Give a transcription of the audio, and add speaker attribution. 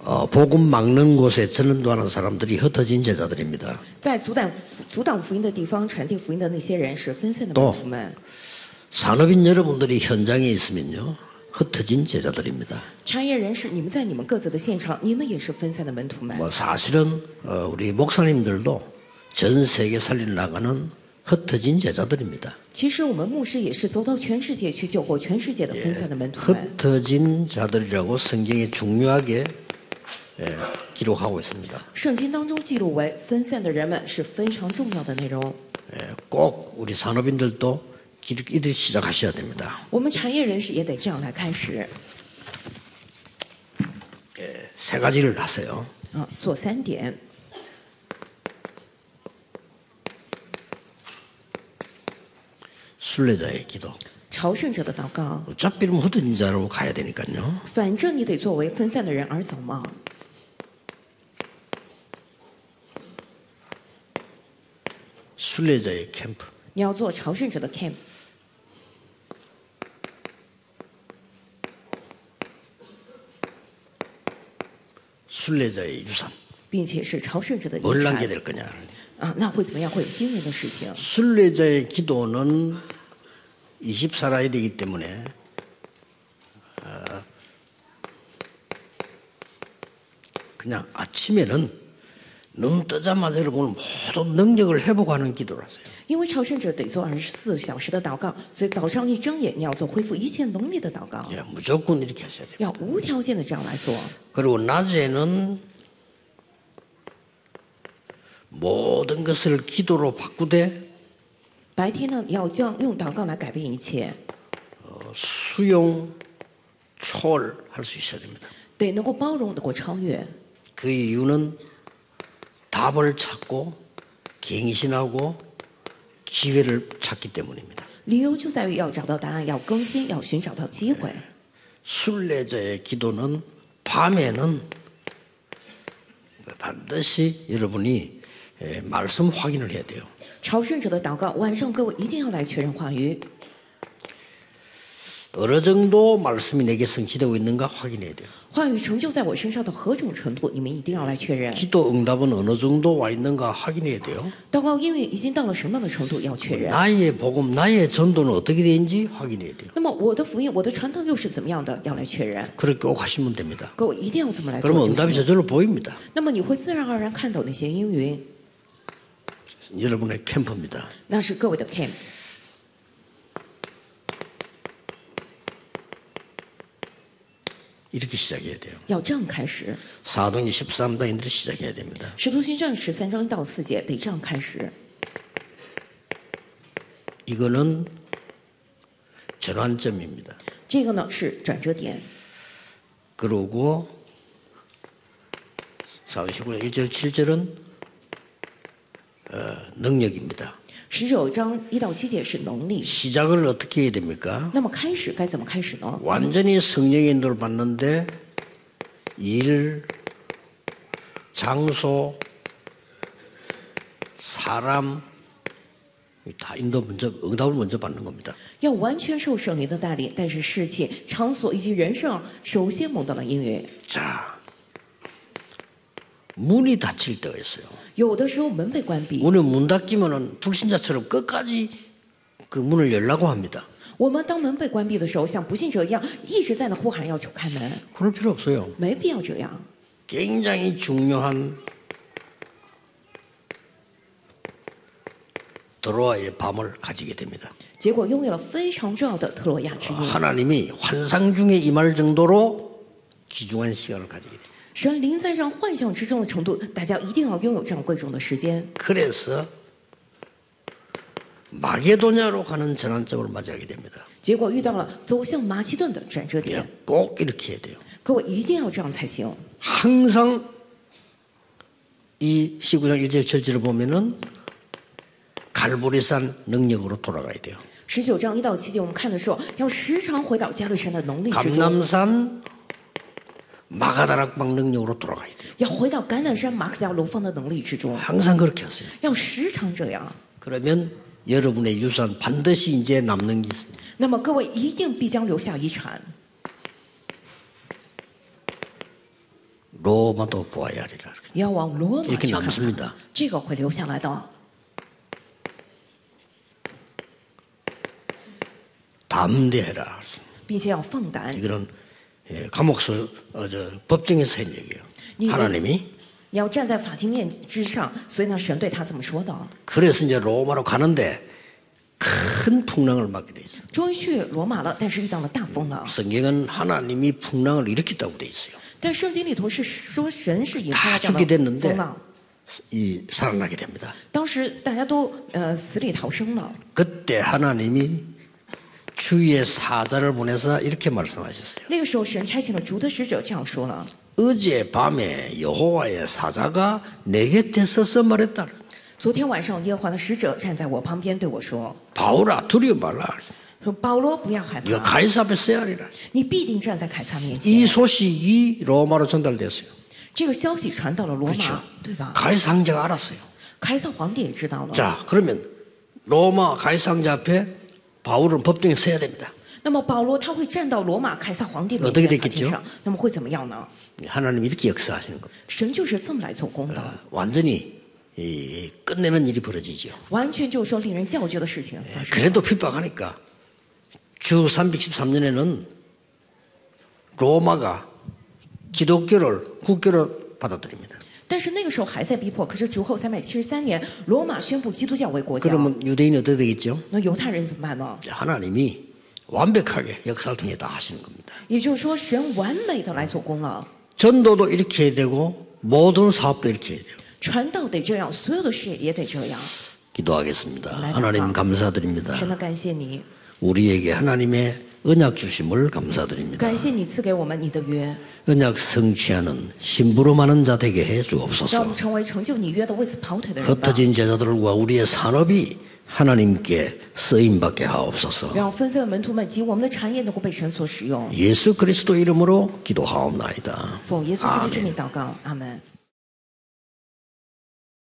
Speaker 1: 어, 복음 막는 곳에 전도하는 사람들이 흩어진 제자들입니다.
Speaker 2: 在阻挡阻挡福音的地方传递福音的那些人是分散的
Speaker 1: 多
Speaker 2: 门徒们。
Speaker 1: 산업인 여러분들이 현장에 있으면요 흩어진 제자들입니다.
Speaker 2: 产业人士，你们在你们各自的现场，你们也是分散的门徒们。
Speaker 1: 뭐 사실은 어, 우리 목사님들도 전 세계 살리러 나가는 흩어진 제자들입니다.
Speaker 2: 其实我们牧师也是走到全世界去救活全世界的分散的门徒们。
Speaker 1: 흩어진 자들이라고 성경이 중요하게 예, 기록하고 있습니다.
Speaker 2: 圣经当中记录为分散的人们是非常重要的内容。
Speaker 1: 예, 꼭 우리 산업인들도 길- 이들 시작하셔야 됩니다.
Speaker 2: 我们产业人士也得这样来开始
Speaker 1: 세 가지를 하세요.
Speaker 2: 啊，做三点。
Speaker 1: 순례자의 기도.
Speaker 2: 朝圣者的祷告，
Speaker 1: 어차피 이러면 흩어진 자로 가야 되니까요.
Speaker 2: 反正你得作为分散的人而走嘛。
Speaker 1: 순례자의 캠프.
Speaker 2: 你要做朝圣者的 camp，
Speaker 1: 순례자의 유산.
Speaker 2: 并且是朝圣者的
Speaker 1: 뭘
Speaker 2: 遗产
Speaker 1: 남게 될 거냐.
Speaker 2: 啊，那会怎么样？会有惊人的事情。
Speaker 1: 순례자의 기도는 24라야 되기 때문에 아, 그냥 아침에는 눈 뜨자마자 여러분 모든 능력을 회복하는 기도를 하세요.
Speaker 2: 因为朝圣者得做二十四小时的祷告，所以早上一睁眼，你要做恢复一切能力的祷告，
Speaker 1: 예, 무조건 이렇게 하셔야 돼요.
Speaker 2: 要无条件的这样来做。
Speaker 1: 그리고 낮에는 모든 것을 기도로 바꾸되
Speaker 2: 白天呢，你要将用祷告来改变一切，
Speaker 1: 수용, 초월할 수 있어야 됩니다.
Speaker 2: 得能够包容，能够超越。
Speaker 1: 그 이유는 답을 찾고 갱신하고 기회를 찾기 때문입니다.
Speaker 2: 理由就在于要找到答案，要更新，要寻找到机会。
Speaker 1: 순례자의 기도는 밤에는 반드시 여러분이 예, 말씀 확인을 해야 돼요.
Speaker 2: 朝圣者的祷告，晚上各位一定要来确认话语，
Speaker 1: 어느 정도 말씀이 내게 성취되고 있는가 확인해야 돼요.
Speaker 2: 话语成就在我身上的何种程度，你们一定要来确认。
Speaker 1: 기도 응답은 어느 정도 와 있는가 확인해야 돼요.
Speaker 2: 祷告因为已经到了什么样的程度，要确认。
Speaker 1: 나의 복음, 나의 전도는 어떻게 되는지 확인해야 돼요.
Speaker 2: 那么我的福音，我的传统又是怎么样的，要来确认。
Speaker 1: 그렇게 꼭 하시면 됩니다.
Speaker 2: 各位一定要这么来做
Speaker 1: 네, 그러면
Speaker 2: 就行
Speaker 1: 응답이 저절로 보입니다.
Speaker 2: 那么你会自然而然看到那些阴云，
Speaker 1: 여러분의 캠프입니다.
Speaker 2: 那是各位的 camp。
Speaker 1: 이렇게 시작해야 돼요.
Speaker 2: 要这样开始，
Speaker 1: 사동이 13단인데 시작해야 됩니다.
Speaker 2: 《使徒行传》十三章一到四节得这样开始。
Speaker 1: 이거는 전환점입니다.
Speaker 2: 这个呢是转折点。
Speaker 1: 그러고 4동 19장 1절 7절은 어, 능력입니다.
Speaker 2: 十九章一到七节是能力。
Speaker 1: 시작을 어떻게 해야 됩니까?
Speaker 2: 那么开始该怎么开始呢？
Speaker 1: 완전히 성령의 인도를 받는데 일, 장소, 사람 다 인도 먼저 응답을 먼저 받는 겁니다.
Speaker 2: 要完全受圣灵的带领，但是事情、场所以及人生首先蒙到了阴云。
Speaker 1: 자, 문이 닫힐 때가 있어요.
Speaker 2: 有的时候门被关闭，
Speaker 1: 문을 문 닫기면은 불신자처럼 끝까지 그 문을 열라고 합니다.
Speaker 2: 我们当门被关闭的时候，像不信者一样一直在那呼喊要求开门，
Speaker 1: 그럴 필요 없어요.
Speaker 2: 没必要这样。
Speaker 1: 굉장히 중요한 드로아의 밤을 가지게 됩니다.
Speaker 2: 结果拥有了非常重要的特洛亚之夜。
Speaker 1: 하나님이 환상 중에 임할 정도로 귀중한 시간을 가지게 됩니다.
Speaker 2: 神临在上幻想之中的程度，大家一定要拥有这样贵重的时间。
Speaker 1: 그래서 마게도냐로 가는 전환점을 맞이하게 됩니다.
Speaker 2: 结果遇到了走向马其顿的转折
Speaker 1: 예,
Speaker 2: 点，
Speaker 1: 꼭 이렇게 해야 돼요.
Speaker 2: 可我一定要这样才行。
Speaker 1: 항상 이 19장 1절 절지를 보면은 갈보리산 능력으로 돌아가야 돼요.
Speaker 2: 十九章一到七节，我们看的时候，要时常回到加略山的能力之中，
Speaker 1: 감남산 마가다락방 능력으로 돌아가야 돼요.
Speaker 2: 要回到橄榄山马可加罗方的能力之中，
Speaker 1: 항상 그렇게 하세요.
Speaker 2: 要时常这样。
Speaker 1: 그러면 여러분의 유산 반드시 이제 남는 게 있습니다.
Speaker 2: 那么各位一定必将留下遗产，
Speaker 1: 로마도 보아야 하리라.
Speaker 2: 你要往罗马
Speaker 1: 이렇게
Speaker 2: 去看看，
Speaker 1: 남습니다.
Speaker 2: 这个会留下来的。
Speaker 1: 담대해라.
Speaker 2: 并且要放胆。
Speaker 1: 이거는 예, 감옥서 어, 저, 법정에서 한 얘기예요.
Speaker 2: 이-
Speaker 1: 하나님이
Speaker 2: 你要站在法庭面之上，所以呢，神对他怎么说的？
Speaker 1: 그래서 이제 로마로 가는데 큰 풍랑을 맞게 돼 있어요.
Speaker 2: 终于去罗马了，但是遇到了大风浪。
Speaker 1: 성경은 하나님이 풍랑을 일으켰다고 돼 있어요.
Speaker 2: 但圣经里头是说神是引
Speaker 1: 다
Speaker 2: 发这样
Speaker 1: 죽게
Speaker 2: 的
Speaker 1: 됐는데
Speaker 2: 风浪，
Speaker 1: 이 살아나게 됩니다.
Speaker 2: 当时大家都呃死里逃生了。
Speaker 1: 그때 하나님이 주의 사자를 보내서 이렇게 말씀하셨어요.
Speaker 2: 那个时候，神差遣了主的使者，这样说了：
Speaker 1: 어제 밤에 여호와의 사자가 내 곁에 서서 말했다.
Speaker 2: 昨天晚上，耶和华的使者站在我旁边对我说
Speaker 1: 바울아 두려워 말라. ：‘
Speaker 2: 说保罗，不要害
Speaker 1: 네가
Speaker 2: 怕，
Speaker 1: 가이사 앞에 서야 하리라.
Speaker 2: 你必定站在凯撒面前。
Speaker 1: 이 소식이 로마로 전달됐어요. ’
Speaker 2: 这个消息传到了罗马，对吧？
Speaker 1: 가이사 황제가 알았어요.
Speaker 2: 凯撒皇帝也知道了。
Speaker 1: 자 그러면 로마 가이사 황제 앞에 바울은 법정에 서야 됩니다.
Speaker 2: 那么保罗他会站到罗马凯撒皇帝面
Speaker 1: 어떻게
Speaker 2: 前
Speaker 1: 됐겠죠
Speaker 2: 法庭上，那么会怎么样呢？
Speaker 1: 하나님이 이렇게 역사하시는 겁니다.
Speaker 2: 神就是这么来做工的，
Speaker 1: 완전히 이, 끝내는 일이 벌어지죠.
Speaker 2: 完全就是说令人叫绝的事情发生。
Speaker 1: 그래도 핍박하니까 주 313년에는 로마가 기독교를 국교로 받아들입니다.
Speaker 2: 但是那个时候还在逼迫，可是主后三百七十三年，罗马宣布基督教为国家，
Speaker 1: 그러면 유대인이 어떻게 되겠죠?
Speaker 2: 那犹太人怎么办呢？
Speaker 1: 하나님이 완벽하게 역사를 통해 다 하시는 겁니다.
Speaker 2: 也就是说，神完美的来做工了，
Speaker 1: 전도도 이렇게 해야 되고 모든 사업도 이렇게 해야 돼요.
Speaker 2: 传道得这样，所有的事业也得这样。
Speaker 1: 기도하겠습니다. 하나님 감사드립니다.
Speaker 2: 真的感谢你，
Speaker 1: 우리에게 하나님의 언약 주심을 감사드립니다.
Speaker 2: 感谢你赐给我们你的约，
Speaker 1: 언약 성취하는 심부름하는 자 되게 해
Speaker 2: 让我们
Speaker 1: 주옵소서.
Speaker 2: 成为成就你约的为此跑腿的人吧。
Speaker 1: 흩어진 제자들과 우리의 산업이 하나님께 쓰임받게 하옵소서.
Speaker 2: 让分散的门徒们及我们的产业能够被神所使用。
Speaker 1: 예수 그리스도 이름으로 기도하옵나이다.
Speaker 2: 奉耶稣基督之名祷告，阿门。